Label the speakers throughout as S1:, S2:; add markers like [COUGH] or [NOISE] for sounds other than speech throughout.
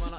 S1: もの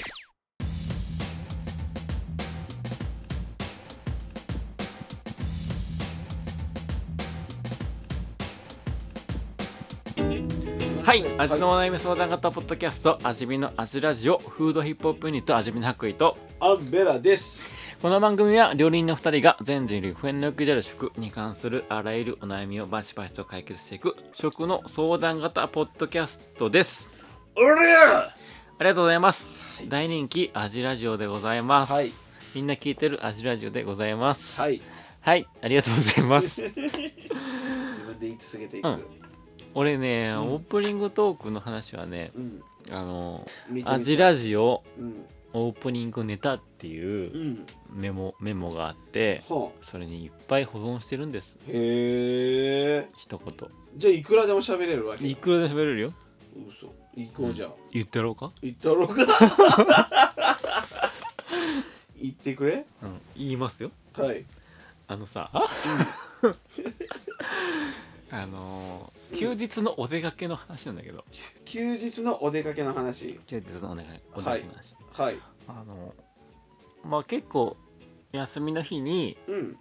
S2: はい味のお悩み相談型ポッドキャスト味見の味ラジオフードヒップホップユニット味見の白衣と
S3: アンベラです
S2: この番組は料理人の2人が全人類不変の欲求である食に関するあらゆるお悩みをバシバシと解決していく食の相談型ポッドキャストです
S3: おりゃ
S2: ありがとうございます、大人気味ラジオでございます、
S3: はい
S2: みんな聞いてる味ラジオでございます
S3: はい
S2: はいありがとうございます
S3: [LAUGHS] 自分で言い続けていく
S2: う
S3: うん
S2: ん俺ね、オープニングトークの話はね
S3: うん
S2: あの
S3: めちゃめちゃ
S2: 味ラジオ
S3: うん
S2: オープニングネタっていう、
S3: うん
S2: メモメモがあって
S3: は
S2: それにいっぱい保存してるんです
S3: あへえ
S2: 一言
S3: じゃあいくらでも喋れるわけ
S2: いくらで喋れるよ
S3: 嘘行こうじゃあ
S2: 言ってやろうか
S3: 行ったろう [LAUGHS] か行ってくれ
S2: うん言いますよ
S3: はい
S2: あのさ [LAUGHS] あのー休日のお出かけの話なんだけど
S3: 休日のお出かけの話
S2: 休日のお願いお出かけの話、
S3: はい
S2: あのーまあ結構休みの日に
S3: うん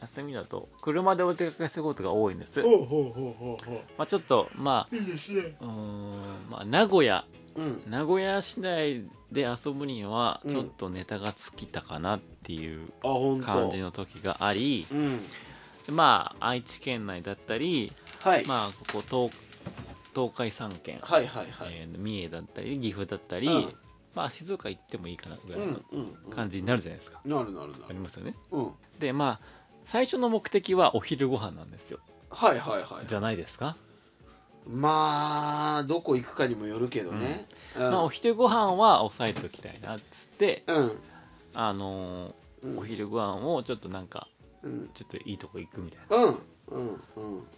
S2: 休みだと車でお出かけすることが多いんです、
S3: ほうほうほうほうほ
S2: まあ、ちょっとまあ
S3: ういいですね
S2: うーんまあ名古屋
S3: うん
S2: 名古屋市内で遊ぶには
S3: うん
S2: ちょっとネタが尽きたかなっていう
S3: あ本当。
S2: 感じの時があり、
S3: うん
S2: まあ愛知県内だったり
S3: はい、
S2: まあここ東東海3県、
S3: はいはいはい
S2: えー三重だったり岐阜だったり、
S3: うん
S2: まあ静岡行ってもいいかなぐ
S3: う
S2: らいの
S3: んうんうん
S2: 感じになるじゃないですか、
S3: なるなるな
S2: あり
S3: る
S2: ますよね
S3: うん
S2: でまあ最初の目的はお昼ご飯なんですよ
S3: はいはいはい
S2: じゃないですか、
S3: まあどこ行くかにもよるけどねうん
S2: まあお昼ご飯は抑えておきたいなっつって
S3: うん
S2: あのー
S3: うん
S2: お昼ご飯をちょっとなんか
S3: うん
S2: ちょっといいとこ行くみたいな
S3: うんうんうん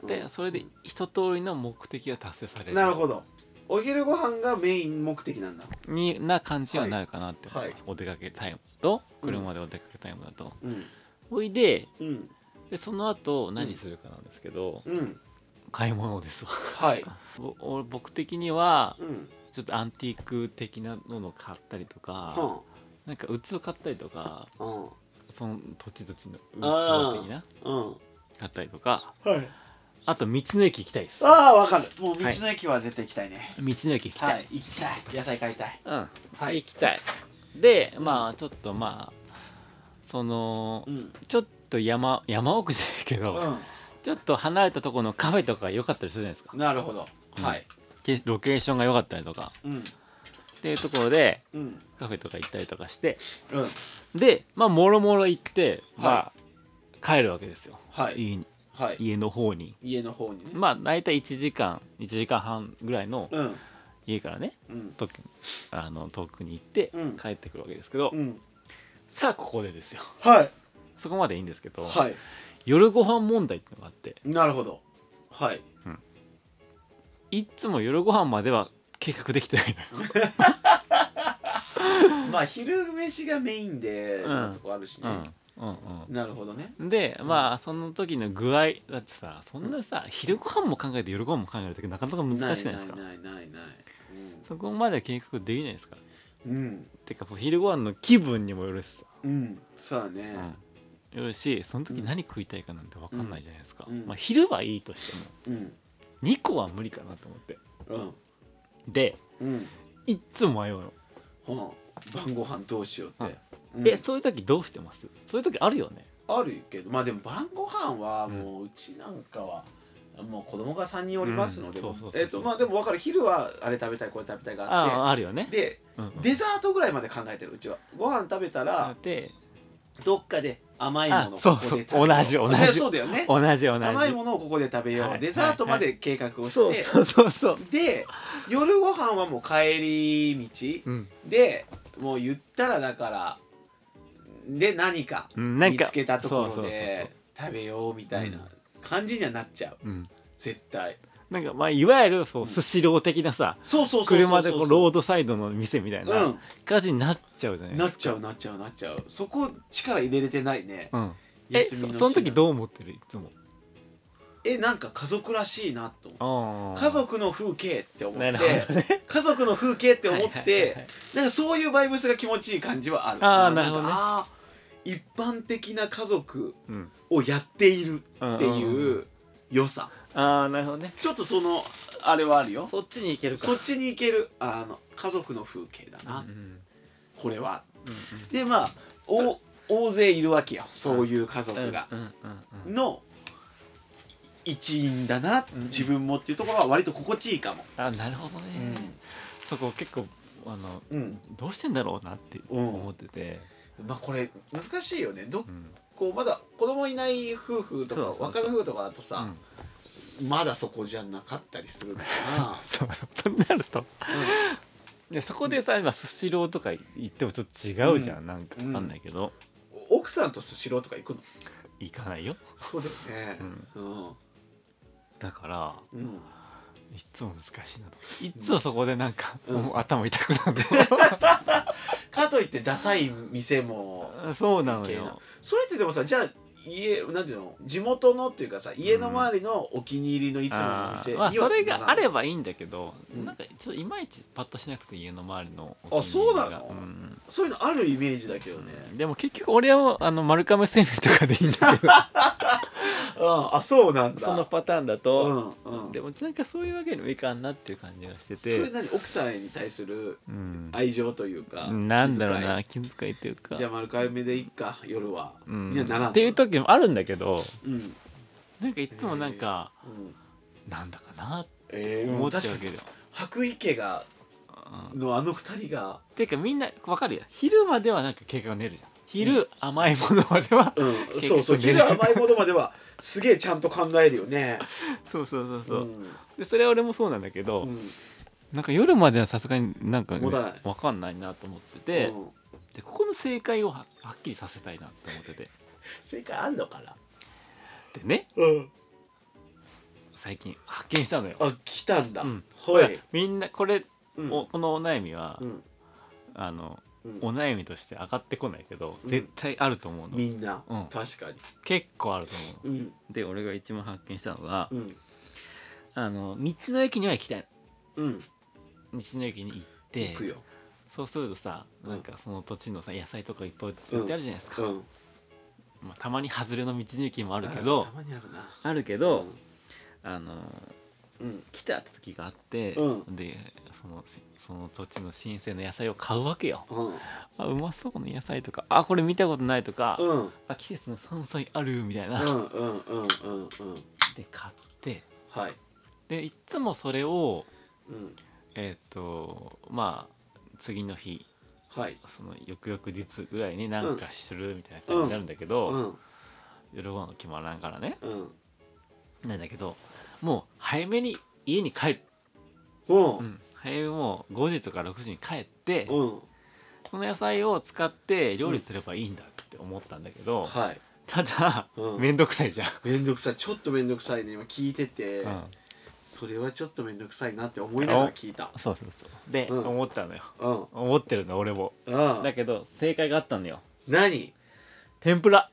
S3: うん
S2: でそれで一通りの目的が達成される
S3: なるほどお昼ご飯がメイン目的なんだ
S2: にな感じにはなるかなって思います、
S3: はい
S2: お出かけタイムと車でお出かけタイムだと、
S3: うん
S2: おいで
S3: うん
S2: でその後何するかなんですけど、
S3: うん
S2: 買い物ですわ
S3: はい
S2: ぼ [LAUGHS] お僕的には
S3: うん
S2: ちょっとアンティーク的なものを買ったりとか、
S3: は
S2: なんか器買ったりとか
S3: あうん
S2: その土地土地の
S3: あー
S2: 器的な
S3: うん
S2: 買ったりとか
S3: はい
S2: あと道の駅行きたいです道
S3: ああわかるもう道の駅は絶対行きたいね
S2: の駅行きたい、
S3: はい行きたい野菜買いたい
S2: うん
S3: はい
S2: 行きたいでまあちょっとまあその、
S3: うん
S2: ちょっと山山奥じゃないけど、
S3: う
S2: ちょっと離れたところのカフェとか良かったりするじゃないですか
S3: んなるほどはい
S2: けロケーションが良かったりとか
S3: うん
S2: っていうところで
S3: うん
S2: カフェとか行ったりとかして
S3: うん
S2: でまあもろもろ行って、ま
S3: は
S2: あ帰るわけですよ、
S3: はい
S2: 家に
S3: はい
S2: 家の方に
S3: 家の方にね
S2: まあ大体1時間1時間半ぐらいの
S3: うん
S2: 家からね
S3: うん
S2: とあの遠くに行って
S3: うん
S2: 帰ってくるわけですけど、
S3: うん
S2: さあここでですよ
S3: はい
S2: そこまでいいんですけど、
S3: はい
S2: 夜ご飯問題ってのがあって
S3: なるほどはい
S2: いっつも夜ご飯までは計画できてないのよ
S3: [LAUGHS] まあ昼飯がメインで
S2: うん
S3: なんとこあるし
S2: う
S3: ね
S2: んうん
S3: なるほどね
S2: うんでまあその時の具合だってさそんなさ、昼ご飯も考えて夜ご飯も考えるってなかなか難しくないですか
S3: ないないない
S2: そこまで計画できないですか
S3: うん
S2: てか昼ご飯の気分にもよるしさ、
S3: うんうんそうだ
S2: う
S3: ね
S2: ん、よるしその時何食いたいかなんて分かんないじゃないですか、
S3: うん
S2: まあ、昼はいいとしても
S3: うん
S2: 2個は無理かなと思って
S3: うん
S2: で
S3: うん
S2: いっつも迷うの、
S3: はあ晩ご飯どうしようってうん
S2: えそういう時どうしてますそういう時あるよね
S3: あるけどまあでも晩ご飯はもううちなんかは、もう子供が3人おりますので、
S2: うんそうそうそうそう
S3: えっとまあでも分かる昼はあれ食べたいこれ食べたいが
S2: あ
S3: あっ
S2: ああるよね
S3: てで
S2: うんうん
S3: デザートぐらいまで考えてるうちはご飯食べたら
S2: で
S3: どっかで甘いものを
S2: あ
S3: こ
S2: そ
S3: こ
S2: う
S3: で
S2: そう
S3: 食べよう
S2: 同じ同じ
S3: ね [LAUGHS] そうだよね
S2: 同じ同じ
S3: 甘いものをここで食べよう、
S2: はい
S3: デザートまで計画をして、
S2: そうそうそうそう
S3: で夜ご飯はもう帰り道
S2: うん
S3: でもう言ったらだからで何か
S2: うんなん
S3: 見
S2: か
S3: つけたとこ
S2: そう
S3: ろ
S2: そうそうそう
S3: で食べようみたいな
S2: うん
S3: 感じにはなっちゃう
S2: うん、
S3: 絶対
S2: なんかまあいわゆるそうスシロー的なさ
S3: そうそうそうそう
S2: 車でこうロー
S3: ー
S2: ドサイドの店みたいな感じになっちゃうじゃない
S3: う
S2: で
S3: ん
S2: す
S3: な
S2: か
S3: っちゃうなっちゃうなっちゃうそこ力入れれてないね
S2: うん、え
S3: 休み
S2: そ
S3: 日
S2: その時どう思ってるいつも
S3: えなんか家族らしいなと思う
S2: あー
S3: 家族の風景って思
S2: な
S3: っ
S2: る
S3: て
S2: ほどね
S3: 家族の風景って思っ
S2: はいはいはいは
S3: てなんかそういうバイブスが気持ちいい感じはある
S2: あー
S3: んか
S2: なるほどね
S3: あー一般的な家族
S2: うん、
S3: をやっているって
S2: うんうんう
S3: いう良さ
S2: ああなるほどね
S3: ちょっとそのあれはあるよ
S2: そっちに行けるか
S3: そっちに行けるあの家族の風景だな、
S2: うんうん
S3: これは
S2: うん
S3: でまあお大勢いるわけよそういう家
S2: うん
S3: 族が
S2: うんうんうん
S3: の一員だな自分もっていうところは割と心地いいかも
S2: あなるほどね、そこ結構あの
S3: うん、うん
S2: どうしてんだろうなって思ってて、
S3: まあこれ難しいよねどっ
S2: うん
S3: こうまだ子供いない夫婦と
S2: そうそうそう
S3: か若い夫婦とかだとさ、まだそこじゃなかったりするのか
S2: [LAUGHS]
S3: な
S2: そうそうなると、でそこでさ今スシローとか行ってもちょっと違うじゃん、なんかわかんないけど、
S3: 奥さんとスシローとか行くの
S2: 行かないよ
S3: そうだよねうん
S2: だから
S3: うん、
S2: いつも難しいなといつもそこでなんか、もう [LAUGHS] 頭痛くなる
S3: かといってダサい店も
S2: [LAUGHS] そうなの
S3: 系な
S2: よ
S3: それってでもさじゃあ家なんていうの地元のっていうかさ家の周りのお気に入りのいつもの
S2: あ
S3: 店
S2: ー
S3: に
S2: ま
S3: は
S2: あそれ
S3: な
S2: が
S3: ら
S2: あればいいんだけど、
S3: うん
S2: なんかちょっといまいちパッとしなくて家の周りの
S3: あそうなの
S2: お気に入りがうん
S3: そういうのあるイメージだけどね、
S2: でも結局俺はあの丸亀製麺とかでいいんだけ
S3: [LAUGHS]
S2: ど
S3: うん、あそうなんだ
S2: そのパターンだ
S3: う
S2: と、
S3: んうん
S2: でもなんかそういうわけにもいかんなっていう感じがして
S3: それ
S2: て、
S3: 何奥さんに対する
S2: うん、
S3: 愛情というか、
S2: なんだろう
S3: 気遣い
S2: な気遣いっていうか
S3: じゃあ丸亀目でいっか夜は、
S2: うん
S3: いやならん
S2: っていう時もあるんだけど
S3: うん、うん
S2: なんかいつもなんか、なんだかなって
S3: えー、
S2: 思
S3: も
S2: っ
S3: う
S2: ちゃ
S3: 確
S2: う
S3: か
S2: わけ
S3: に
S2: ど、
S3: 白衣家が
S2: うん
S3: のあの二人が、
S2: ていうかみんなわかるよ昼まではなんか計画が練るじゃん昼、甘いものまでは、
S3: うん
S2: [LAUGHS] 結、局
S3: そうそう
S2: 寝る
S3: 昼甘いものまではすげえちゃんと考えるよね
S2: そうそうそうそう、
S3: ん
S2: でそれは俺もそうなんだけど、
S3: うん
S2: なんか夜まではさすがになんか、
S3: 持たない
S2: わかんないなと思ってて、
S3: うん
S2: でここの正解をははっきりさせたいなって思ってて
S3: 正解あんのかな
S2: でね
S3: うん
S2: 最近発見したのよ、
S3: あ来たんだ、
S2: うん
S3: ほ
S2: ほ
S3: い
S2: ら、みんなこれ
S3: うん
S2: おこのお悩みは、
S3: うん
S2: あの
S3: うん
S2: お悩みとして上がってこないけど、
S3: うん
S2: 絶対あると思うの
S3: みんな、
S2: うん
S3: 確かに
S2: 結構あると思うの
S3: うん
S2: で俺が一番発見したのが、
S3: うん
S2: あの道の駅には行きたい
S3: うん
S2: の道の駅に行って
S3: 行くよ、
S2: そうするとさ
S3: うん
S2: なんかその土地のさ野菜とかいっぱい売ってあるじゃないですか、
S3: うん、
S2: まあ、たまに外れの道の駅もあ
S3: あ
S2: るけど
S3: たまにあるな
S2: あるけど、あの
S3: うん
S2: 来たって時があって、
S3: う
S2: でそのその土地の新鮮な野菜を買うわけよ
S3: うん
S2: あうまそうな野菜とかあこれ見たことないとか、
S3: うんうん
S2: あ季節の山菜あるみたいな、
S3: うんうんうんうんうん
S2: で買って
S3: はい、
S2: でいっつもそれを
S3: うん、
S2: えっ、とまあ次の日
S3: はい
S2: その翌々日ぐらいになんかするみたいな感じになるんだけ
S3: う
S2: ど、
S3: ん
S2: 夜ご飯が決まらんからね
S3: うん
S2: なんだけどもう早めに家に帰る、
S3: うん
S2: うん早めもう5時とか6時に帰って、
S3: うん
S2: その野菜を使って料理すればいいんだって思ったんだけど、
S3: はい
S2: ただ
S3: うん
S2: 面倒、くさいじゃん、
S3: めんどくさいちょっとめんどくさいね今聞いてて、
S2: うん
S3: それはちょっとめんどくさいなって思いながら聞いた
S2: そうそうそうで、
S3: うん
S2: 思ったのよ
S3: うん
S2: 思ってるの俺も
S3: うん
S2: だけど正解があったのよ
S3: 何
S2: 天ぷら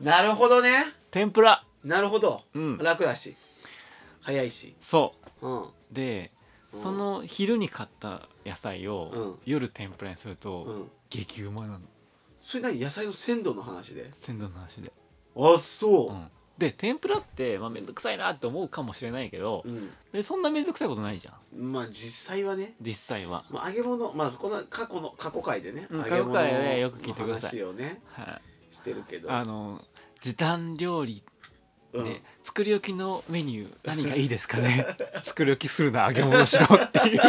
S3: なるほどね
S2: 天ぷら
S3: なるほど、
S2: うん
S3: 楽だし早いし
S2: そう
S3: うん
S2: で
S3: うん
S2: その昼に買った野菜
S3: う
S2: を
S3: ん
S2: 夜天ぷらにする
S3: う
S2: と
S3: ん
S2: 激うまなの
S3: それ何野菜の鮮度の話で
S2: 鮮度の話で、、
S3: あそううん
S2: で天ぷらってまあ面倒くさいなって思うかもしれないけど
S3: うん、
S2: でそんな面倒くさいことないじゃん
S3: まあ実際はね、
S2: 実際は、
S3: まあ、揚げ物まあこの過去の過去回でね、
S2: うん
S3: 揚げ物
S2: 過去回でよく聞いてください
S3: の話をね
S2: はい、
S3: してるけど
S2: あの時短料理で作り置きのメニュー何がいいですかね [LAUGHS] 作り置きするな揚げ物しろって
S3: [LAUGHS]
S2: いう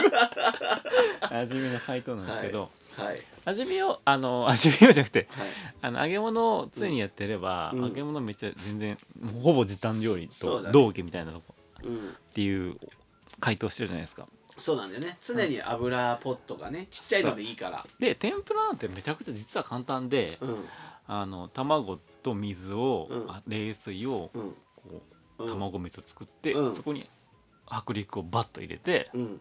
S2: 味見の回答なんですけど、
S3: うん、はい
S2: 味見をあの味見をじゃなくて
S3: はい
S2: あの揚げ物を常にやってれば、
S3: うん
S2: 揚げ物めっちゃ全然もうほぼ時短料理
S3: そそう
S2: と
S3: だね
S2: 同義みたいなとこ
S3: うん
S2: っていう回答してるじゃないですか
S3: そうなんだよね常に油ポットがねちっちゃいのでいいから
S2: で天ぷらなんてめちゃくちゃ実は簡単で、
S3: うん
S2: あの卵と水を、
S3: うん
S2: あ冷水を
S3: うん
S2: こ
S3: う
S2: うん卵水を作って、
S3: うん
S2: そこに薄力をバッと入れて
S3: うん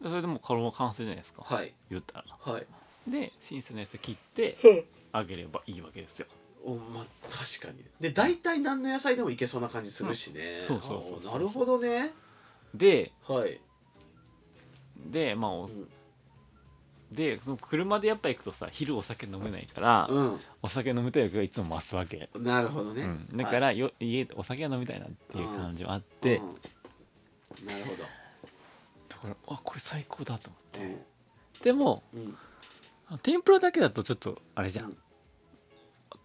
S2: でそれでもう衣完成じゃないですか、
S3: はい
S2: 言ったら
S3: はい
S2: で新鮮なやつ切って揚げればいいわけですよ
S3: おま確かにで大体何の野菜でもいけそうな感じするしね、
S2: んそうそうそうそう
S3: あなるほどね
S2: で
S3: はい、
S2: でまあお
S3: うん
S2: でその車でやっぱ行くとさ昼お酒飲めないから、
S3: う
S2: お酒飲みたい欲がいつも増すわけ、
S3: ん、なるほどね、
S2: うん、だからよ、家でお酒は飲みたいなっていう感じはあって、
S3: うんなるほど、
S2: だからあこれ最高だと思って
S3: うん
S2: でも
S3: うん
S2: 天ぷらだけだとちょっとあれじゃん、
S3: うん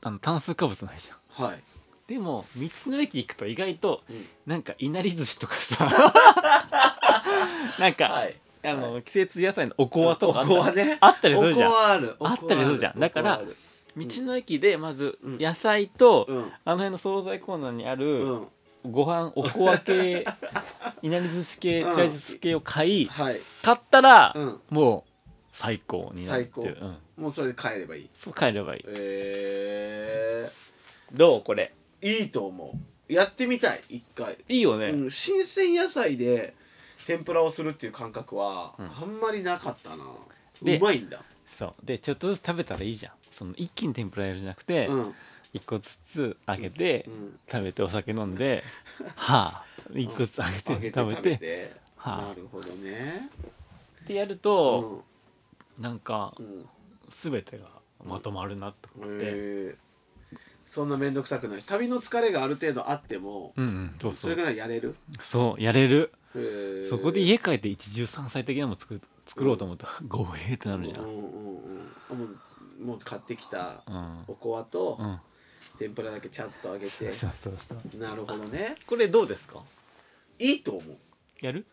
S2: あの炭水化物ないじゃん
S3: はい、
S2: でも道の駅行くと意外と
S3: うん
S2: なんかいなり寿司とか
S3: [LAUGHS]
S2: さなんか、
S3: はい
S2: あの、季節野菜のおこわとかあ
S3: お
S2: っ
S3: こ
S2: た
S3: わね
S2: あったりするじゃん
S3: おこわあるおこわ
S2: あったりするじゃん
S3: あ
S2: だから
S3: おこわある
S2: 道の駅でまず
S3: うん
S2: 野菜と、
S3: うん
S2: あの辺の惣菜コーナーにあ
S3: う
S2: る
S3: ん
S2: ご飯おこわ
S3: [LAUGHS]
S2: 系いなり寿司系
S3: うん
S2: ちらり寿司系を買い
S3: はい
S2: 買ったら、
S3: うん
S2: もう最高になるっていう、
S3: 最
S2: うん、
S3: もうそれで帰ればいい
S2: そう買えればいい
S3: え
S2: どうこれ
S3: ー、いいと思うやってみたい一回、
S2: いいよね、
S3: うん、新鮮野菜で天ぷらをするっていう感覚は
S2: うん
S3: あんまりなかったな、う
S2: で
S3: まいんだ
S2: そうでちょっとずつ食べたらいいじゃんその一気に天ぷらやるんじゃなくて、
S3: うん
S2: 一個ずつ揚げて、
S3: うん
S2: 食べてお酒飲ん
S3: [LAUGHS]
S2: ではあ一個ずつ揚げて,、
S3: 揚げて
S2: 食べ
S3: 食べ
S2: て
S3: て
S2: はあ
S3: なるほどね
S2: ってやる
S3: う
S2: と、
S3: ん
S2: なんか
S3: うん
S2: 全てがまとまるなと思って、
S3: えー、そんな面倒くさくないし旅の疲れがある程度あっても、
S2: うんうんそう
S3: そ
S2: そ
S3: れぐ
S2: う
S3: らいやれる、
S2: そうやれる、
S3: えー
S2: そこで家帰って一汁三菜的なのも作る作ろうと思ったら五平ってなるじゃ
S3: うん
S2: ん、
S3: うんうんもうもう買ってきた
S2: うん
S3: おこわと
S2: うん、
S3: 天ぷらだけちゃっと揚げて、
S2: そうそうそう
S3: なるほどね
S2: これどうですか
S3: いいと思う
S2: やる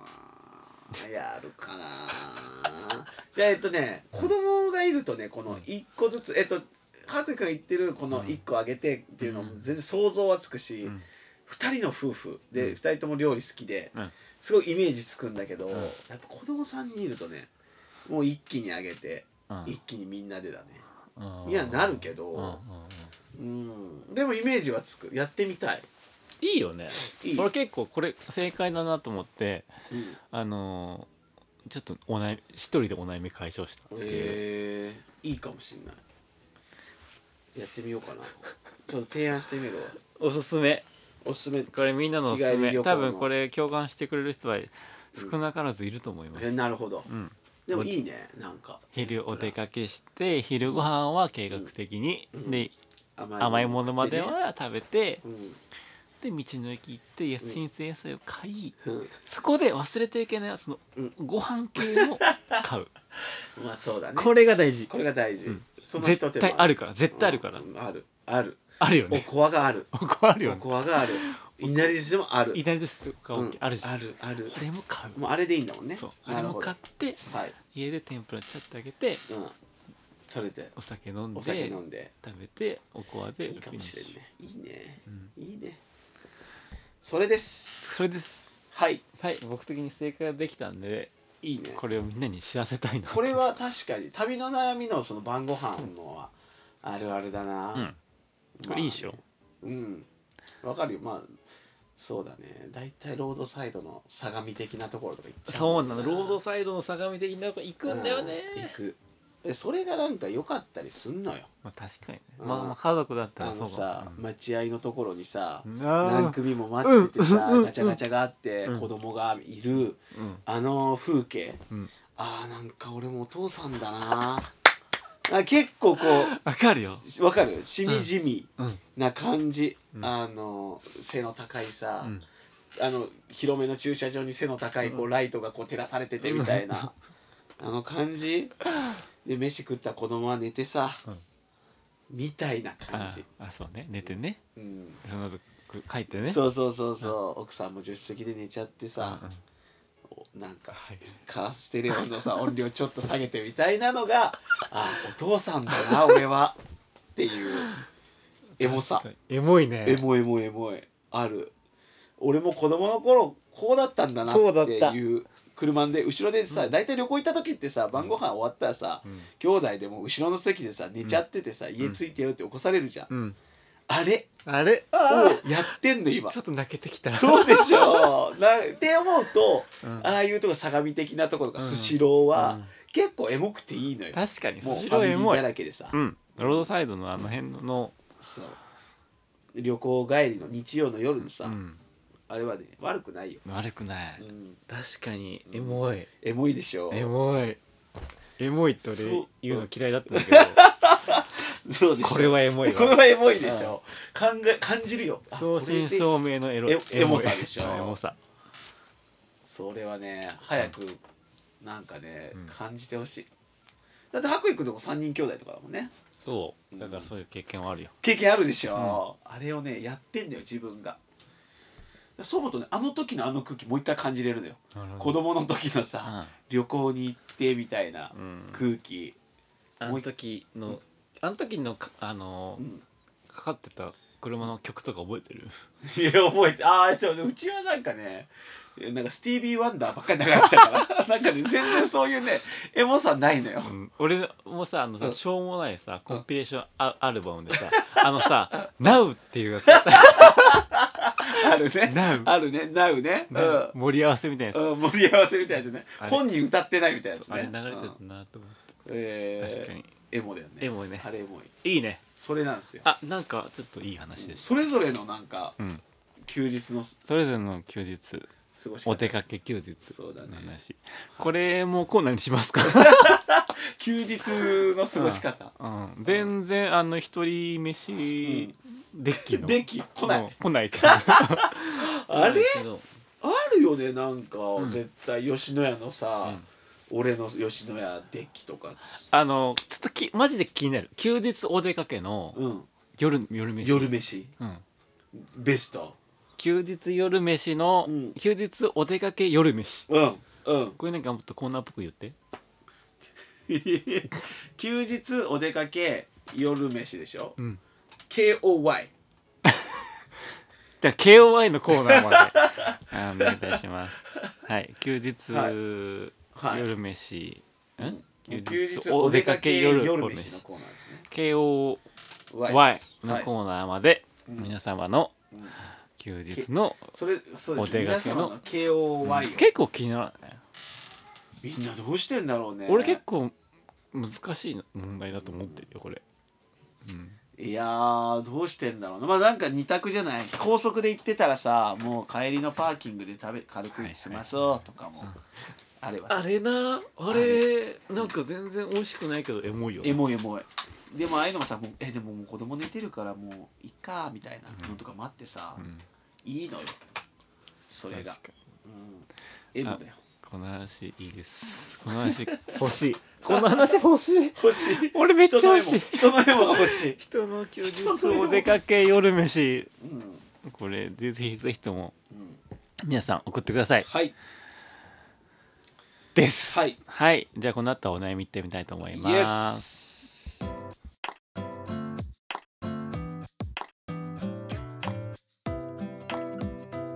S3: あーやるかなじゃあえっとね子供がいるとねこの一個ずつえっと白衣君が言ってるこの一個あげてっていうのも全然想像はつくし、
S2: ん
S3: 二人の夫婦で二人とも料理好きで、
S2: うん
S3: すごいイメージつくんだけど、やっぱ子供三人いるとねもう一気にあげて、
S2: うん
S3: 一気にみんなでだね
S2: うん
S3: にはなるけ
S2: うんうんうん
S3: ど、うんでもイメージはつくやってみたい、
S2: いいよね
S3: いい
S2: 俺結構これ正解だなと思って
S3: うん、
S2: あのーちょっとお悩み一人でお悩み解消したっていう、
S3: えー、いいかもしんないやってみようかなちょっと提案してみるわ
S2: おすすめ
S3: おすすめ
S2: これみんなのおすす
S3: 日帰り
S2: め
S3: 旅行
S2: 多
S3: の
S2: 分これ共感してくれる人は少なからずいると思います、
S3: えなるほど、
S2: ん
S3: でもいいねなんか
S2: 昼お出かけして昼ご飯は計画的に、で
S3: 甘
S2: 甘いものまで
S3: 食ってね
S2: は食べて、
S3: うん
S2: で道の駅行って野新鮮野菜を買い、
S3: うん
S2: そこで忘れていけないその
S3: うん
S2: ご飯系も買う
S3: まあそうだね
S2: これが大事
S3: [LAUGHS] これが大事、その一
S2: 絶
S3: 手
S2: 対
S3: 間
S2: あるから絶対あるから、
S3: うんあるある
S2: あるよ
S3: お
S2: ね
S3: こわがある
S2: おこわあるよ
S3: お
S2: ね
S3: こわがあるいなり寿司でもある
S2: いなり寿司とかも
S3: うん
S2: あるじゃん、
S3: あるある
S2: あれも買う
S3: もうあれでいいんだもんね
S2: そうあ
S3: な
S2: れ
S3: る
S2: も
S3: ほど
S2: 買って
S3: はい
S2: 家で天ぷらちゃってあげて
S3: うんそれで
S2: お酒飲んで
S3: お酒飲んで
S2: 食べておこわで
S3: いいかもしれん
S2: フィニッシュ
S3: ねいいね、いいねそれです
S2: それです
S3: はい
S2: はい僕的に正解ができたんで
S3: いいね
S2: これをみんなに知らせたいな
S3: これは確かに旅の悩みのその晩ご飯のはあるあるだな、
S2: うんこれいいでしょ、
S3: うんわかるよまあそうだね大体ロードサイドの相模的なところとか行っちゃう
S2: そうなのロードサイドの相模的なとこ行くんだよね、
S3: うん行くでそれがなんか良かったりすんのよ
S2: まあ確かにね、
S3: うん
S2: まあまあ家族だった
S3: あ
S2: らそ
S3: の
S2: うか
S3: さ待合のところにさ
S2: うん
S3: 何組も待っててさガチャガチャがあって子供がいる
S2: ん
S3: あの風景
S2: ん
S3: あーなんか俺もお父さんだなあ結構こ
S2: わかるよ
S3: うわかるしみじみ
S2: うん
S3: な感じあの背の高いさ
S2: ん
S3: あの広めの駐車場に背の高いこうライトがこう照らされててみたいなあの感じで飯食った子供は寝てさ
S2: うん
S3: みたいな感
S2: あ
S3: じ。
S2: あそうね寝てね
S3: うん
S2: その後書いてね
S3: そうそうそうそう奥さんも助手席で寝ちゃってさ、
S2: うんうん
S3: おなんか、
S2: い
S3: カーステレオのさ [LAUGHS] 音量ちょっと下げてみたいなのがあお父さんだな俺はっていうエモさ
S2: 確かにエモいね
S3: エモエモエモいある俺も子供の頃こうだったんだな
S2: そうだ
S3: っ
S2: ってた
S3: いう車で後ろでさ大体、旅行行った時ってさ晩ご飯終わったらさ、兄弟でも後ろの席でさ寝ちゃっててさ、家着いてよって起こされるじゃん、
S2: うん
S3: あれ
S2: あれ
S3: をやってんの今
S2: ちょっと泣けてきた
S3: そうでしょうなって思うと、
S2: ん
S3: ああいうとこ相模的なとことかスシローは、
S2: うん
S3: 結構エモくていいのよ
S2: 確かに
S3: もう
S2: スシ
S3: ファ
S2: ロ
S3: ミ
S2: ー
S3: リ
S2: エ
S3: ー
S2: モい
S3: だらけでさ、
S2: うんロードサイドのあの辺の
S3: そう旅行帰りの日曜の夜のさ、
S2: うん
S3: あれはね悪くないよ、
S2: 悪くない
S3: うん
S2: 確かにエモい
S3: エモいでしょ
S2: エモいエモいって
S3: そう
S2: 俺言うの嫌いだったんだけど
S3: [LAUGHS] そうでしょ
S2: これはエモい
S3: これ
S2: わ
S3: はエモいでしょ考え感じるよあ
S2: 正真
S3: これで
S2: 正銘のエロ
S3: エエモさ
S2: い
S3: でしょ
S2: エモさ
S3: それはね早くなんかね、
S2: ん
S3: 感じてほしいだって白衣くんでも3人兄弟とかだもんね
S2: そうだからそういう経験はあるよ
S3: 経験あるでしょ、あれをねやってんだよ自分がだからそう思うとねあの時のあの空気もう一回感じれるのよ
S2: なるほど
S3: 子供の時のさ、旅行に行ってみたいな
S2: うん
S3: 空気、
S2: あの時のあの時のかあの
S3: うん
S2: かかってた車の曲とか覚えてる
S3: いや覚えてああちょうちはなんかねなんかスティービー・ワンダーばっかり流れてたから [LAUGHS] なんかね全然そういうねエモさないのよ
S2: うん俺もさあの
S3: う
S2: さ
S3: ん
S2: しょうもないさコンピレーションアアルバムでさあのさ「
S3: [LAUGHS]
S2: NOW」っていうやつ
S3: あるね
S2: なう
S3: あるねなうねう
S2: なんか盛り合わせみたいなや
S3: ん、うん、盛り合わせみたいなやつね
S2: あれ
S3: 本人歌ってないみたいなやつ
S2: つ
S3: ね
S2: あれ流れて
S3: うん
S2: たなと思って
S3: えー
S2: 確かに
S3: エモだよね
S2: エモいね
S3: あれエモい
S2: いいね
S3: それなんですよ
S2: あなんかちょっといい話でし
S3: それぞれのなんか
S2: たうん
S3: 休日の
S2: それぞれの休日
S3: 過ごし
S2: お
S3: 方
S2: 出かけ休日
S3: そうだね
S2: の話これもうコーナーにしますか
S3: 休日の過ごし方
S2: うん全然あの一人飯デッキの
S3: でき来な
S2: もう
S3: い
S2: 来ないけど [LAUGHS] あ
S3: あれ
S2: けど
S3: あるよねなんか、
S2: ん
S3: 絶対吉野家のさ、俺の吉野家デッキとか
S2: あのちょっときマジで気になる休日お出かけの
S3: うん
S2: 夜夜飯
S3: 夜飯
S2: うん、
S3: ベスト
S2: 休日夜飯の、
S3: うん
S2: 休日お出かけ夜飯
S3: うんうん [LAUGHS]
S2: これなんかもっとコーナーっぽく言って
S3: 休日お出かけ夜飯でしょ、
S2: ん
S3: KOY
S2: じゃあ KOI のコーナーまであお願いいたしますはい休日、
S3: はい
S2: 夜飯ん
S3: 休日お出かけ夜飯のコーナーですね
S2: KOY の
S3: はい
S2: コーナーまで、皆様の休日の、
S3: それそうですね
S2: お出
S3: 皆
S2: かけ
S3: 様
S2: の
S3: の KOY を
S2: 結構気にならない
S3: みんなどうしてんだろうね
S2: 俺結構難しい問題だと思ってるよこれ
S3: いやーどうしてんだろうなまあなんか二択じゃない高速で行ってたらさもう帰りのパーキングで食べ軽く済まそうとかもあればさ
S2: れなあれなんか全然美味しくないけどエモいよ
S3: エモいエモいでもああいうのもさもうえでももう子供寝てるからもういっかみたいなのとか待ってさ、いいのよそれが
S2: 確か
S3: エモだよ
S2: この話いいですこの話欲しいこの話欲しい
S3: 欲しい
S2: 俺めっちゃ欲しい
S3: 人のエモ人のエモが欲しい、
S2: 人の休日お出かけ夜飯これぜひぜひとも
S3: うん
S2: 皆さん送ってください
S3: はい
S2: です
S3: はい、
S2: じゃあこの後はお悩みいってみたいと思い
S3: イエ
S2: ます
S3: ス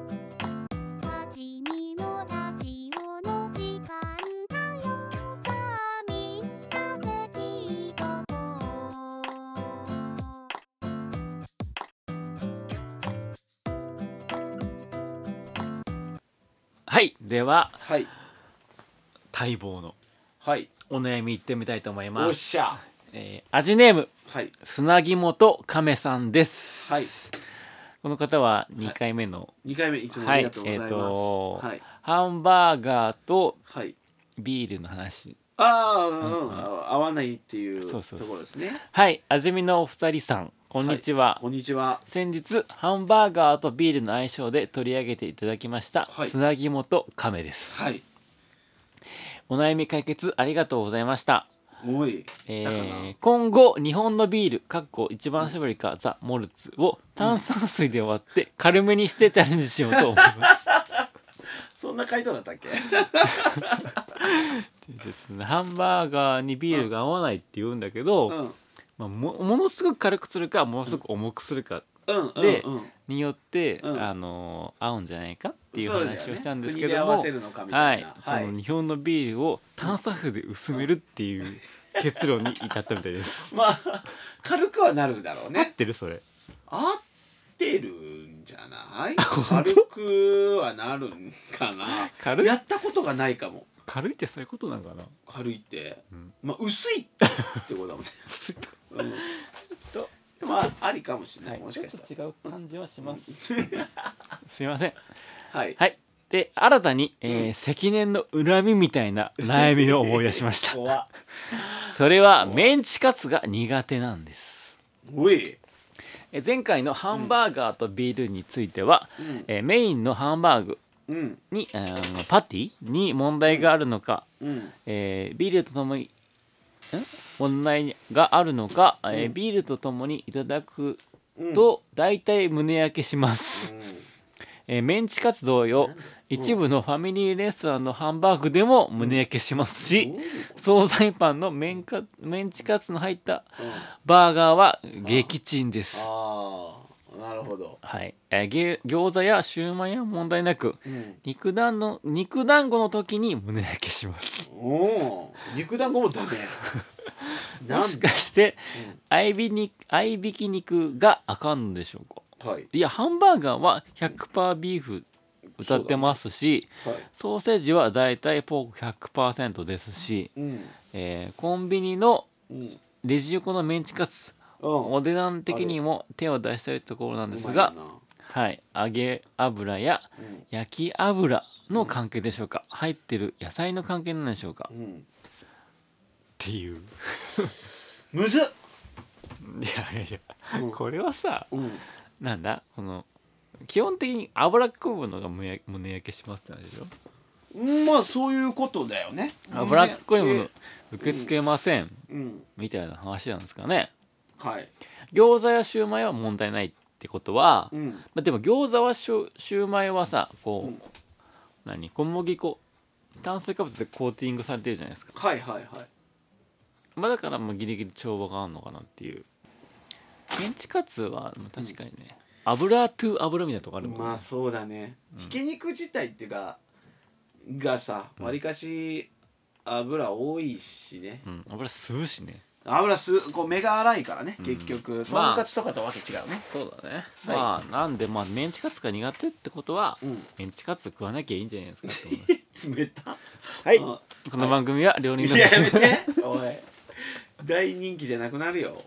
S4: 立ちにも立ちよの時間だよさあみんなで聞いとこう
S2: はいでは
S3: はい
S2: 待望の
S3: はい
S2: お悩みいってみたいと思い
S3: お
S2: ま
S3: っ
S2: す、
S3: しゃ
S2: えー、味ネーム
S3: はい
S2: 砂肝と亀さんです、
S3: はい
S2: この方は2回目の、
S3: 二回目いつもあ
S2: はい、え
S3: りがとうござい
S2: ー
S3: ます、
S2: と
S3: はい
S2: ハンバーガーと
S3: はい
S2: ビールの話
S3: ああ、うんうん、合わないっていう
S2: そうそうそう
S3: ところですね
S2: はい味見のお二人さんこんにちは、
S3: こんにちは
S2: 先日ハンバーガーとビールの相性で取り上げていただきました、
S3: はい
S2: 砂肝と亀です、
S3: はい
S2: お悩み解決ありがとうございました
S3: おいしたかな、
S2: えー今後日本のビールかっこ一番搾りかザ・モルツを炭酸水で割って軽めにしてチャレンジしようと思います
S3: そんな回答だったっけ [LAUGHS]
S2: ですねハンバーガーにビールが合わないって言うんだけど、
S3: うん
S2: まあ、もものすごく軽くするかものすごく重くするか
S3: うんうんうん
S2: でによって、
S3: うん
S2: あの合うんじゃないかっていう
S3: そうだよね
S2: 話をしたんですけ
S3: 国で
S2: ど
S3: 合
S2: も、
S3: わせるのかみた
S2: はいい
S3: な、
S2: その日本のビールを炭酸風で薄めるっていう結論に至ったみたいです。
S3: まあ軽くはなるだろう
S2: 合っ
S3: ね
S2: てるそれ。
S3: 合ってるんじゃない
S2: [LAUGHS]
S3: 軽くはなるんかな
S2: 軽い
S3: やったことがないかも
S2: 軽いってそういうことなのかな。
S3: 軽いって、
S2: うん
S3: まあ薄いってことだもんね、
S2: [LAUGHS]
S3: うん、
S2: と
S3: でもあありかもしれない、
S2: はい、
S3: も
S2: ち
S3: し
S2: ょっ
S3: かした
S2: と
S3: ら
S2: 違う感じはします。すいません。
S3: はい、
S2: はい。で新たに、えー積年の恨みみたいな悩みを思い出しまし
S3: [LAUGHS]
S2: た。
S3: 怖っ
S2: それはメンチカツが苦手なんです。
S3: おい、
S2: え前回のハンバーガーとビールについては、
S3: うん
S2: えーメインのハンバーグ
S3: うん
S2: に、あのパティに問題があるのか、
S3: うん
S2: えービールとともにん問題があるのか、えービールとともにいただくと大体胸焼けします、えーメンチカツ同様一部のファミリーレストランのハンバーグでも胸焼けしますし、惣菜パンのメンカメンチカツの入った
S3: うん
S2: バーガーは撃沈です
S3: ああなるほど、
S2: はい、えー、げ餃子やシューマイは問題なく
S3: うん、
S2: 肉団の肉団子の時に胸焼けします
S3: おー肉団子もダ
S2: [LAUGHS]
S3: メな
S2: も
S3: ん
S2: し
S3: だ
S2: かして合いびに合いびき肉があかんのでしょうか
S3: はい
S2: いやハンバーガーは100%ビーフ歌ってますし、
S3: はい
S2: ソーセージはだいたいポーク100%ですし、
S3: うん
S2: えーコンビニの
S3: うん
S2: レジ横のメンチカツ
S3: うん
S2: お値段的にも手を出したいところなんです
S3: う
S2: が
S3: まいよな
S2: はい揚げ油や
S3: うん
S2: 焼き油の関係でしょうか、入ってる野菜の関係なんでしょうか、
S3: う
S2: っ
S3: ん
S2: ていう
S3: むずっ
S2: いやいやいや、
S3: うん
S2: これはさ
S3: うん
S2: なんだこの基本的に油っこぶのが胸や胸焼けしますって話でしょ
S3: まあそういうことだよね
S2: 油っこいもの
S3: で
S2: 受け付けません、
S3: うん
S2: みたいな話なんですかね
S3: はい
S2: 餃子やシューマイは問題ないってことは、
S3: うん
S2: まあ、でも餃子はシュシューマイはさこう、
S3: うん
S2: 何小麦粉炭水化物でコーティングされてるじゃないですか
S3: はいはいはい
S2: まあだからまあギリギリ調和があるのかなっていうメンチカツはまあ確かにね、油と油みたいなとこあるもんね、
S3: まあそうだね、ひき肉自体っていうかがさわりかし油多いしね
S2: うん、油吸うしね
S3: 油すこう目が粗いからね結局とんかつとかとわけ違うね、
S2: そうだね、
S3: はい
S2: まあなんでまあメンチカツが苦手ってことは、
S3: うん
S2: メンチカツ食わなきゃいいんじゃないですかと思
S3: 冷た
S2: いま
S3: あ
S2: す [LAUGHS] この番組は料理
S3: い
S2: の、
S3: ややめておい大人気じゃなくなるよ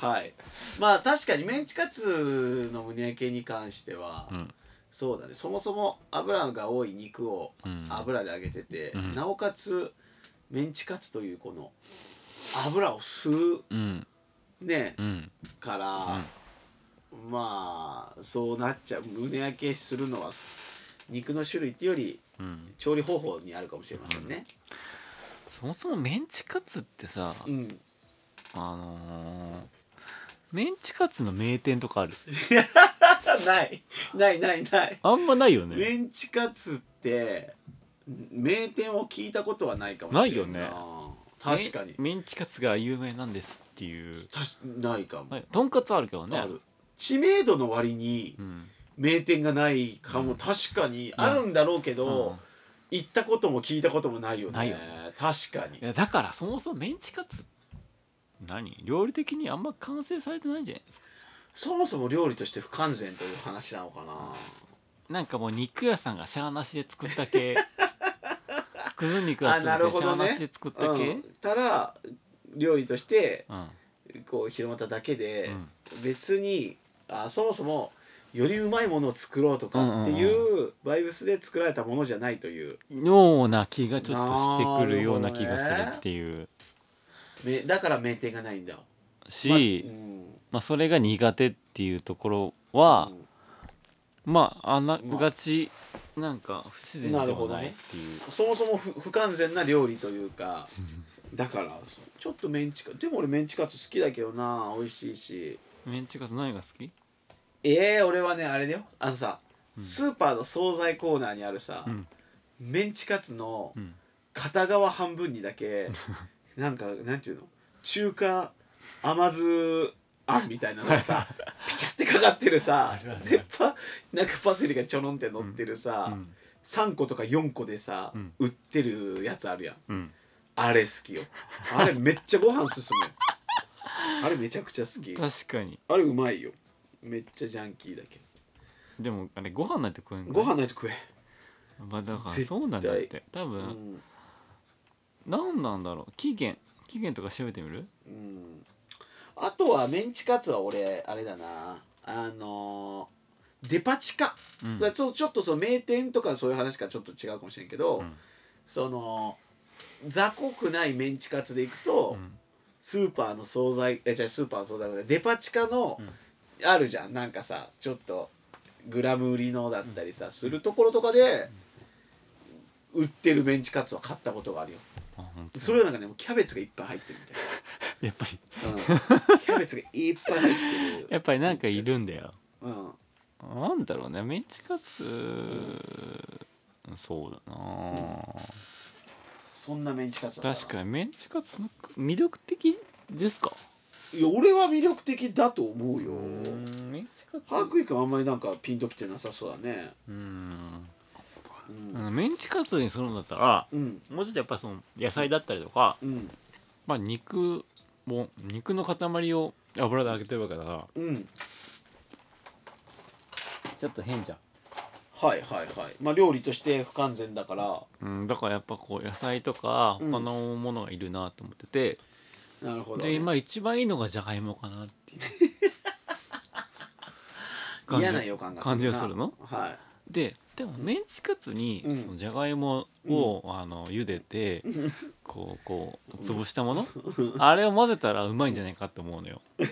S3: はいまあ確かにメンチカツの胸焼けに関しては、
S2: うん
S3: そうだねそもそも油が多い肉を
S2: うん
S3: 油で揚げてて、
S2: うん
S3: なおかつメンチカツというこの油を吸う
S2: [LAUGHS] うん
S3: ね、
S2: うん
S3: から、まあそうなっちゃう胸焼けするのは肉の種類っていうより
S2: うん
S3: 調理方法にあるかもしれませんね。
S2: そもそもメンチカツってさ、
S3: うん
S2: あのーメンチカツの名店とかある
S3: ないないないない
S2: あんまないよ
S3: メ
S2: ね
S3: ンチカツって名店を聞いたことはないかもしれんない
S2: ない
S3: 確かに
S2: メンメンチカツが有名なんですっていう
S3: たしないかも、
S2: はい、とんかつあるけどね
S3: ある知名度の割に
S2: うん
S3: 名店がないかも、確かにあるんだろうけど、
S2: うん
S3: 行ったことも聞いたこともないよね
S2: ないよ
S3: 確か
S2: い
S3: に
S2: やだからそもそもメンチカツ何料理的にあんま完成されてないんじゃないですか
S3: そもそも料理として不完全という話なのかな
S2: なんかもう肉屋さんがしゃーなしで作った
S3: [LAUGHS]
S2: 系くず肉
S3: あ
S2: が作
S3: なる
S2: って
S3: ほ
S2: しゃ
S3: ど
S2: ーな
S3: ね
S2: しで作った系、
S3: うんたら料理として
S2: うん
S3: こう広まっただけで、
S2: うん
S3: 別にあそもそもよりうまいものを作ろうとかって
S2: うん
S3: いうバイブスで作られたものじゃないという、
S2: ような気がちょっとしてくるような気がするっていう
S3: めだから名店がないんだ
S2: し、
S3: ま
S2: ま
S3: うん
S2: あ、それが苦手っていうところは
S3: う、ん
S2: まああな
S3: まあ
S2: がちなんか不自然で
S3: なるほ
S2: は
S3: ど
S2: ないっ
S3: ね
S2: ていう、
S3: そもそも不不完全な料理というかだからそうちょっとメンチカでも俺メンチカツ好きだけどな美味しいし
S2: メンチカツ何が好き
S3: ええ俺はねあれだよあのさ、スーパーの惣菜コーナーにあるさ、
S2: ん
S3: メンチカツの
S2: ん [LAUGHS]
S3: 片側半分にだけなんかなんていうの中華甘酢あんみたいなの
S2: [LAUGHS]
S3: がさピチャってかかってるさ鉄板なんかパセリがちょろんって乗ってるさ、
S2: うん
S3: 3個とか4個でさ、
S2: ん
S3: 売ってるやつあるやん
S2: うん
S3: あれ好きよあれめっちゃご飯進むよあれめちゃくちゃ好き
S2: 確かに
S3: あれうまいよめっちゃジャンキーだけ
S2: でもあれご飯なんて食えんの
S3: ご飯ないと食え、
S2: まあだから
S3: 絶対
S2: そうなんだって多
S3: う
S2: 分、
S3: ん
S2: なん、何なんだろう期限期限とか調べてみる
S3: うん、あとはメンチカツは俺あれだなあのーデパ地下、
S2: うん
S3: だからちょちょっとその名店とかそういう話からちょっと違うかもしれんけど、
S2: うん
S3: その雑魚くないメンチカツでいくと、
S2: ん
S3: スーパーの惣菜えじゃスーパーの惣菜じゃないデパ地下の、あるじゃんなんかさちょっとグラム売りのだったりさ、するところとかで、売ってるメンチカツは買ったことがあるよ
S2: あ本当
S3: それはなんかねもうキャベツがいっぱい入ってるみたいな。
S2: やっぱり
S3: うんキャベツがいっぱい入ってる。
S2: やっぱりなんかいるんだよ
S3: うん。
S2: なんだろうねメンチカツそうだな
S3: そんなメンチカツだった
S2: 確かにメンチカツその魅力的ですか
S3: に。いや、俺は魅力的だと思うよ。
S2: うんメンチカツ
S3: ハークイ君あんまりなんかピンときてなさそうだね。
S2: うん
S3: うん
S2: あ。のメンチカツにするんだったら
S3: うん。
S2: もうちょっとやっぱその野菜だったりとか、
S3: うん。
S2: まあ、肉も肉の塊を油で揚げてるわけだから
S3: うん。
S2: ちょっと変じゃん
S3: はいはいはい。まあ料理として不完全だから。
S2: うん、だからやっぱこう野菜とか
S3: うん
S2: 他のものがいるなと思ってて、
S3: なるほど、
S2: で
S3: ね。
S2: 今一番いいのがじゃがいもかなっていう感じ
S3: 嫌な予感が
S2: 感じがするの
S3: は
S2: ででもメンチカツに
S3: うん
S2: そのじゃがいもを、あの茹でて、こうこう潰したもの、あれを混ぜたらうまいんじゃないかって思うのよ
S3: い。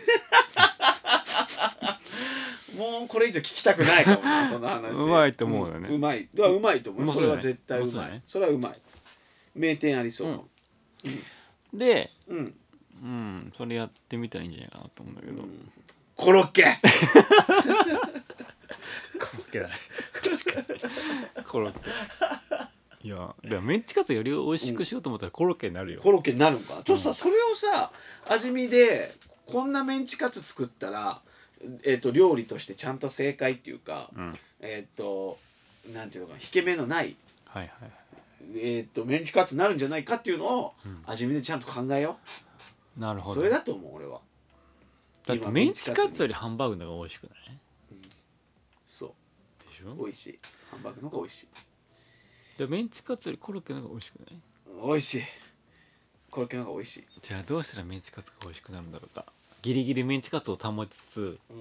S3: もうこれ以上聞きたくないかもな、その話。
S2: うまいと思うよね
S3: んうまい。ではうまいと思
S2: う
S3: う。
S2: まそ
S3: そう
S2: だ
S3: れ
S2: ね
S3: は絶対う
S2: うまそ
S3: ま
S2: うだね
S3: い。それはうまい。名店ありそうかも。
S2: で
S3: うん。
S2: うんそれやってみたらいいんじゃないかなと思うんだけど、
S3: コロッケ。
S2: コロッケいやでもメンチカツより美味しくしようと思ったらコロッケになるよ、
S3: コロッケになるんかちょっとさ、それをさ味見でこんなメンチカツ作ったら、えっと料理としてちゃんと正解っていうか、
S2: うん、はい
S3: えっ、となんていうのかな引け目のない、
S2: はいはい
S3: えっとメンチカツになるんじゃないかっていうのを、味見でちゃんと考えよ
S2: なる
S3: う
S2: ほど
S3: それだと思う俺は
S2: だって
S3: 今
S2: メンチカツよ
S3: に
S2: りハンバーグの方が美味しくない
S3: そ
S2: でし
S3: う
S2: ょ
S3: 美味しいハンバーグの方が美味しい
S2: でメンチカツよりコロッケの方が美味しくない
S3: 美味しいコロッケの方が美味しい、
S2: じゃあどうしたらメンチカツが美味しくなるんだろうかギリギリメンチカツを保ちつつ
S3: う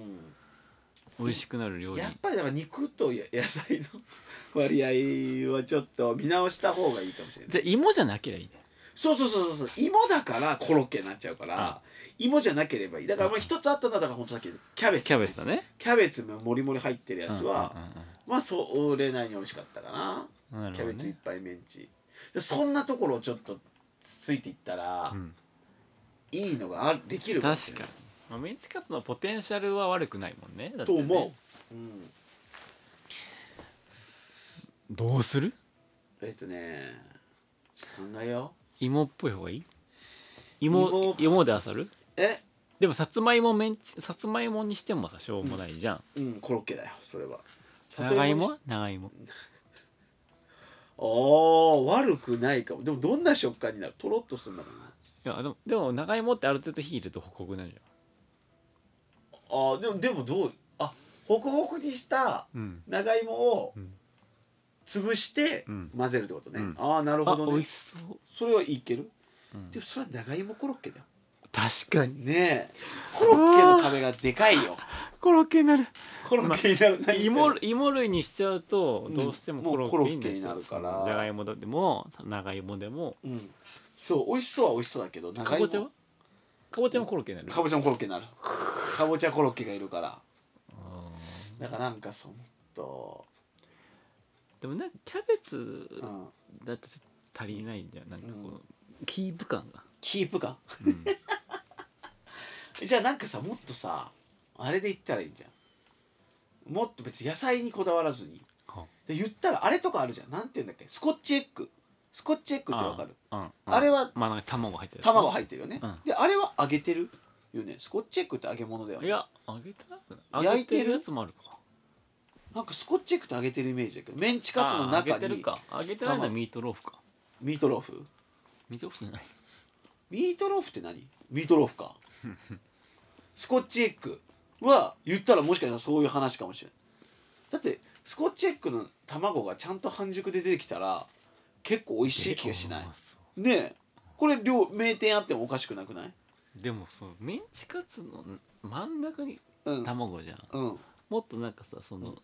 S2: 美味しくなる料
S3: ん、
S2: 理
S3: やっぱりだから肉とや野菜の [LAUGHS] 割合はちょっと見直した方がいいかもしれない
S2: じゃあ芋じゃなければいいね
S3: そうそうそうそうそう芋だからコロッケになっちゃうから、芋じゃなければいいだからまあ一つあったのはだから本当さっきキャベツ
S2: キャベツだね
S3: キャベツももりもり入ってるやつは、
S2: うんうんうん
S3: まあそれなりに美味しかったかな
S2: なる
S3: キ
S2: ほ
S3: ャ
S2: ど
S3: ベツいっ
S2: ね
S3: ぱいメンチでそんなところをちょっとつついていったら、
S2: ん
S3: いいのがあできるもし
S2: 確
S3: れ
S2: か
S3: な
S2: に
S3: い、
S2: まあ、メンチカツのポテンシャルは悪くないもんねだって
S3: と
S2: ね
S3: 思う、うん、
S2: どうする
S3: えっとねちょっと考えよ
S2: 芋っぽい方がいい芋
S3: 芋
S2: 芋であさる
S3: うえ
S2: でもさつまいもメンチさつまいもにしてもさしょうもないじゃん、
S3: うんコロッケだよそれは
S2: 長芋長芋
S3: あー悪くないかもでもどんな食感になるとろっとするのかない
S2: やでもでも長芋ってある程度火入れるとホクホクになるじ
S3: あーでもでもどうあホクホクにした
S2: ゃん、うん、
S3: 長芋を
S2: うん
S3: 潰して
S2: うん
S3: 混ぜるってことね、
S2: うん
S3: ああなる
S2: あ
S3: ほ
S2: 美
S3: ど
S2: 味
S3: ね
S2: しそう
S3: それはいける、
S2: ん
S3: でもそれは長芋コロッケだよ
S2: 確かに
S3: ねえコロッケの壁がでかいよ
S2: コロッケになる
S3: コロッケになる、何しても
S2: 芋芋類にしちゃうと
S3: うん
S2: どうしても
S3: も
S2: コ
S3: う
S2: ロ
S3: コロ
S2: ッケ
S3: ッケ
S2: に
S3: に
S2: な
S3: な
S2: っ
S3: る
S2: ちゃ
S3: か
S2: う
S3: ら
S2: そのじゃがいもでも長芋でも
S3: うんそう美味しそうは美味しそうだけど長
S2: か
S3: 芋
S2: ぼちゃはかぼちゃもコロッケになる
S3: かぼちゃもコロッケになるかぼちゃコロッケがいるからだからなんかそのと、
S2: でもなんかキャベツ
S3: うん、
S2: だとちょっと足りないんじゃんなんかこ
S3: う
S2: のキープ感が
S3: キープ感、 [LAUGHS] じゃあなんかさもっとさあれで言ったらいいんじゃんもっと別に野菜にこだわらずに
S2: は
S3: で言ったらあれとかあるじゃんなんて言うんだっけスコッチエッグスコッチエッグってわかる
S2: うんうん
S3: あれは
S2: まあなんか卵入ってる
S3: 卵入ってるよね、
S2: うん
S3: であれは揚げてるよねスコッチエッグって揚げ物だよ
S2: い
S3: ね
S2: や揚げてなくない揚
S3: 焼
S2: げ
S3: いてる
S2: てるやつもあるか
S3: なんかスコッチエッグって揚げてるイメージだけどメンチカツの中
S2: あー揚げて
S3: に
S2: るか揚げてないのはミートローフか
S3: ミートローフ
S2: ミートローフじゃない
S3: ミートローフって何ミートローフか [LAUGHS] スコッチエッグは言ったらもしかしたらそういう話かもしれないだってスコッチエッグの卵がちゃんと半熟で出てきたら結構美味しい気がしない
S2: あーそう
S3: ねえこれ両名店あってもおかしくなくない
S2: でもそうメンチカツの真ん中に
S3: うん
S2: 卵じゃん、
S3: うん
S2: もっとなんかさその、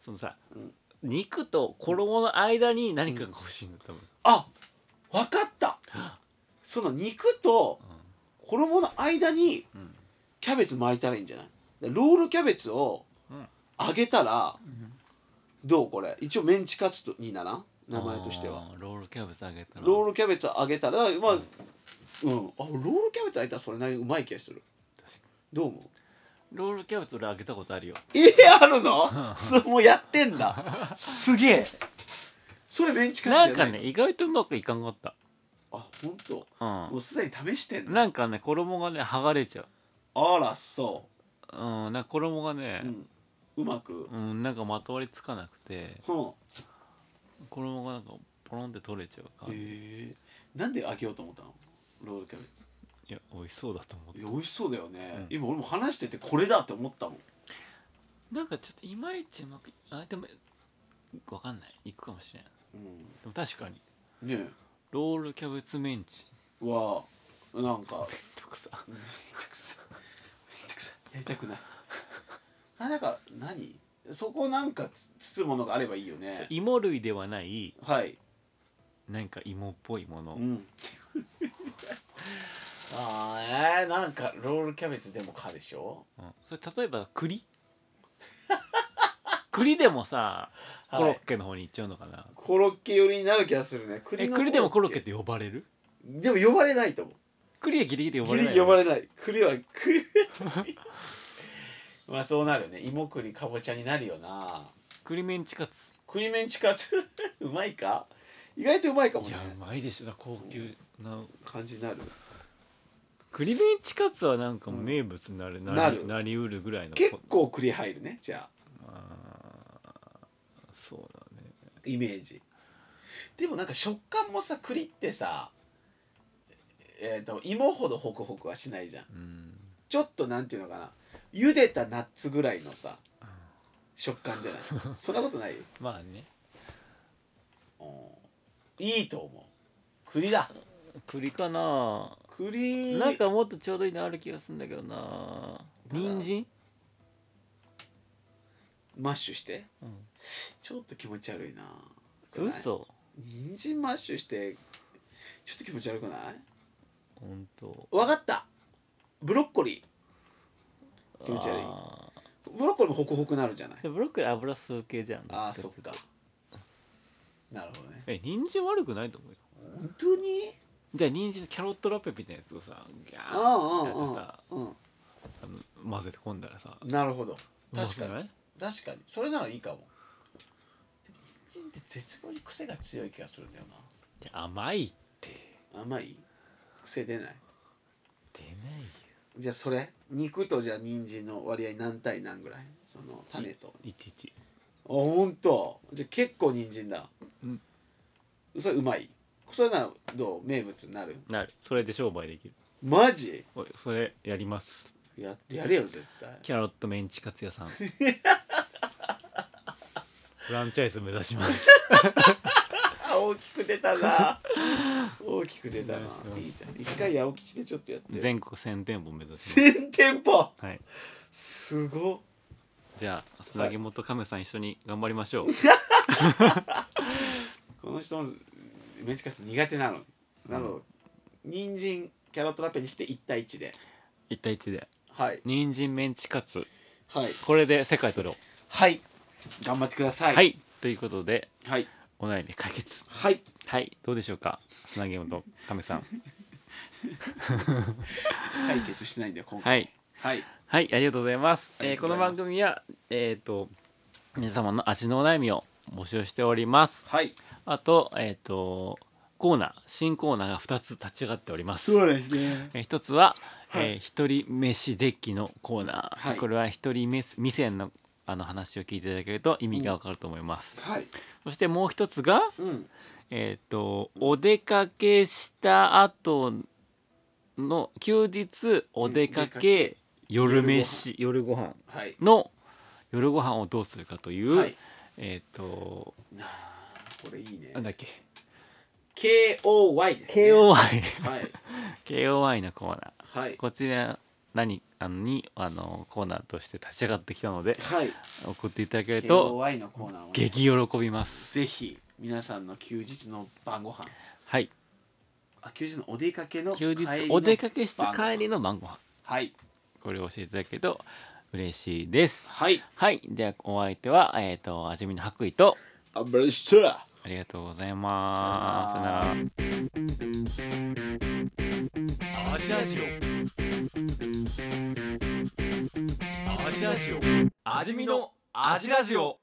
S2: そのさ、
S3: うん
S2: 肉と衣の間に何かが欲しいの多分、
S3: あわかったその肉と衣の間に
S2: ん
S3: キャベツ巻いたらいいんじゃないでロールキャベツを
S2: うん
S3: 揚げたら、どうこれ一応メンチカツとにならん名前としては
S2: あーロールキャベツ揚げたら
S3: ロールキャベツ揚げたらまあ、うん、あロールキャベツ揚げたらそれなりにうまい気がするどう思う
S2: ロールキャベツ俺揚げたことあるよ
S3: えあるのそうもうやってんだすげえそれメンチカツじゃ
S2: な
S3: ない
S2: んかね意外とうまくいかんかった
S3: あ本当。も
S2: う
S3: うすでに試してん
S2: ん
S3: の
S2: なんかね衣がね剥がれちゃう
S3: あらそ
S2: うんなんか衣がね
S3: う、うん、うまく
S2: うん、なんかまとわりつかなくて
S3: うん
S2: 衣がなんかポロンって取れちゃう感じ、
S3: へえなんで揚げようと思ったのロールキャベツ
S2: いや美味しそうだと思っ
S3: い
S2: て
S3: や美味しそうだよね、
S2: うん
S3: 今俺も話しててこれだって思ったもん
S2: なんかちょっといまいちうまくいあでもわかんないいくかもしれん
S3: う
S2: でも確かに
S3: ん、ね
S2: ロールキャベツメンチ
S3: えはなんか
S2: とかさ
S3: めんどくさめんどくさやりたく
S2: [LAUGHS]
S3: ないあなんか何そこなんかつ包むものがあればいいよね
S2: 芋類ではない
S3: はい
S2: なんか芋っぽいもの、
S3: うん [LAUGHS] あーえー、なんかロールキャベツでもかでしょ
S2: うんそれ例えば栗 [LAUGHS] 栗でもさ
S3: はい
S2: コロッケの方に行っちゃうのかな、
S3: コロッケ寄りになる気がするね栗
S2: え
S3: の
S2: 栗でもコロッケって呼ばれる
S3: でも呼ばれないと思う
S2: 栗でギリギリ呼ば
S3: ギ
S2: れ
S3: リ
S2: ない
S3: ギリ呼ば
S2: れ
S3: れない栗は栗 [LAUGHS] まあそうなるよね芋栗かぼちゃになるよな
S2: 栗メンチカツ
S3: 栗メンチカツうまいか意外とうまいかも
S2: い
S3: ね
S2: やうまいでしょな高級な
S3: 感じになる
S2: 栗メンチカツはなんか名物になる、な
S3: な
S2: り
S3: る
S2: なりうるぐらいの
S3: 結構栗入るねじゃあ
S2: そうだね
S3: イメージでもなんか食感もさ栗ってさえっ、と芋ほどホクホクはしないじゃん
S2: うん
S3: ちょっとなんていうのかな茹でたナッツぐらいのさ食感じゃないそんなことない
S2: まあね
S3: うんいいと思う栗だ
S2: 栗かな
S3: 栗
S2: なんかもっとちょうどいいのある気がするんだけどな人参
S3: マッシュして、
S2: ん
S3: ちょっと気持ち悪いな
S2: 嘘
S3: 人参マッシュしてちょっと気持ち悪くない
S2: 本当
S3: わかったブロッコリー気持ち悪い
S2: あ
S3: ブロッコリーもホクホクなるじゃない
S2: ーでブロッコリー油吸う系じゃんど
S3: あー
S2: ち
S3: そっ
S2: っていうと
S3: かなるほどね
S2: え人参悪くないと思うよ
S3: 本当に
S2: じゃあ人参のキャロットラペみたいなやつをさギャ
S3: う
S2: ーってやってさ
S3: んうんう
S2: あ
S3: ん
S2: の混ぜて込んだらさ
S3: うんなるほど確か
S2: うまくない
S3: に確かにそれならいいかもでも人参って絶妙に癖が強い気がするんだよ
S2: じゃあ甘いって
S3: な甘い癖出ない
S2: 出ないよ
S3: じゃあそれ肉とじゃあ人参の割合何対何ぐらいその種と
S2: いちいち
S3: あ本当。じゃあ結構人参だ
S2: うん
S3: それうまいそれならどう名物になる
S2: なるそれで商売できる
S3: マジ
S2: おいそれやります
S3: ややれよ絶対
S2: キャロットメンチカツ屋さんフランチャイズ目指します
S3: [LAUGHS] あ大きく出たな [LAUGHS] 大きく出たな
S2: ナイスナイス
S3: いいじゃん一回八百吉でちょっとやって
S2: 全国1000店舗目指します
S3: 1000店舗
S2: はい
S3: すごっ
S2: じゃあ砂肝と亀さん一緒に頑張りま
S3: [LAUGHS]
S2: しょう、
S3: この人もメンチカツ苦手なのなの、人参キャロットラペにして1対1で
S2: 一対一で
S3: はい
S2: 人参メンチカツ
S3: はい
S2: これで世界取ろう
S3: はい頑張ってください
S2: はい、ということで
S3: はい
S2: お悩み解決
S3: はい
S2: はいどうでしょうか砂肝と亀さん
S3: 解決してないんだよ今
S2: は
S3: 回
S2: い
S3: はい、
S2: はいありがとうございます
S3: あり
S2: えー
S3: がと
S2: こ
S3: うご
S2: の
S3: ざいます
S2: 番組はえっ、と皆様の味のお悩みを募集しております
S3: はい
S2: あとえっ、とコーナー新コーナーが2つ立ち上がっております
S3: そうですね
S2: えー一つは、えー一人飯デッキのコーナー、
S3: はい
S2: これは一人飯未線のあの話を聞いていただけると意味がわかると思います、
S3: はい
S2: そしてもう一つが
S3: うん
S2: えっ、とお出かけした後の休日お出か
S3: お出か
S2: け
S3: け
S2: 夜飯夜ご飯
S3: はい
S2: の夜ご飯をどうするかという、
S3: はい
S2: えっ、と
S3: これいいね
S2: なんだっけ
S3: KOY ですね
S2: KOI [LAUGHS]
S3: はい
S2: KOI のコーナー
S3: はい
S2: こちら何あのにあのコーナーとして立ち上がってきたので
S3: はい
S2: 送っていただけると
S3: KOY のコーナーをね
S2: 激喜びます
S3: ぜひ皆さんの休日の晩ご飯
S2: はい
S3: あ休日のお出かけの
S2: 休
S3: 帰り
S2: 日
S3: の
S2: お出かけして
S3: 晩ご飯
S2: 帰りの晩ご飯
S3: はい
S2: これを教えていただけると嬉しいです
S3: はい
S2: はいではお相手はえっ、と味見の白衣と
S3: アブレスター
S2: ありがとうございます
S3: さ
S2: さ
S3: よ
S2: よ
S3: な
S2: な
S3: ら
S2: ら
S1: アジラジオアジラジオ味見のアジラジオ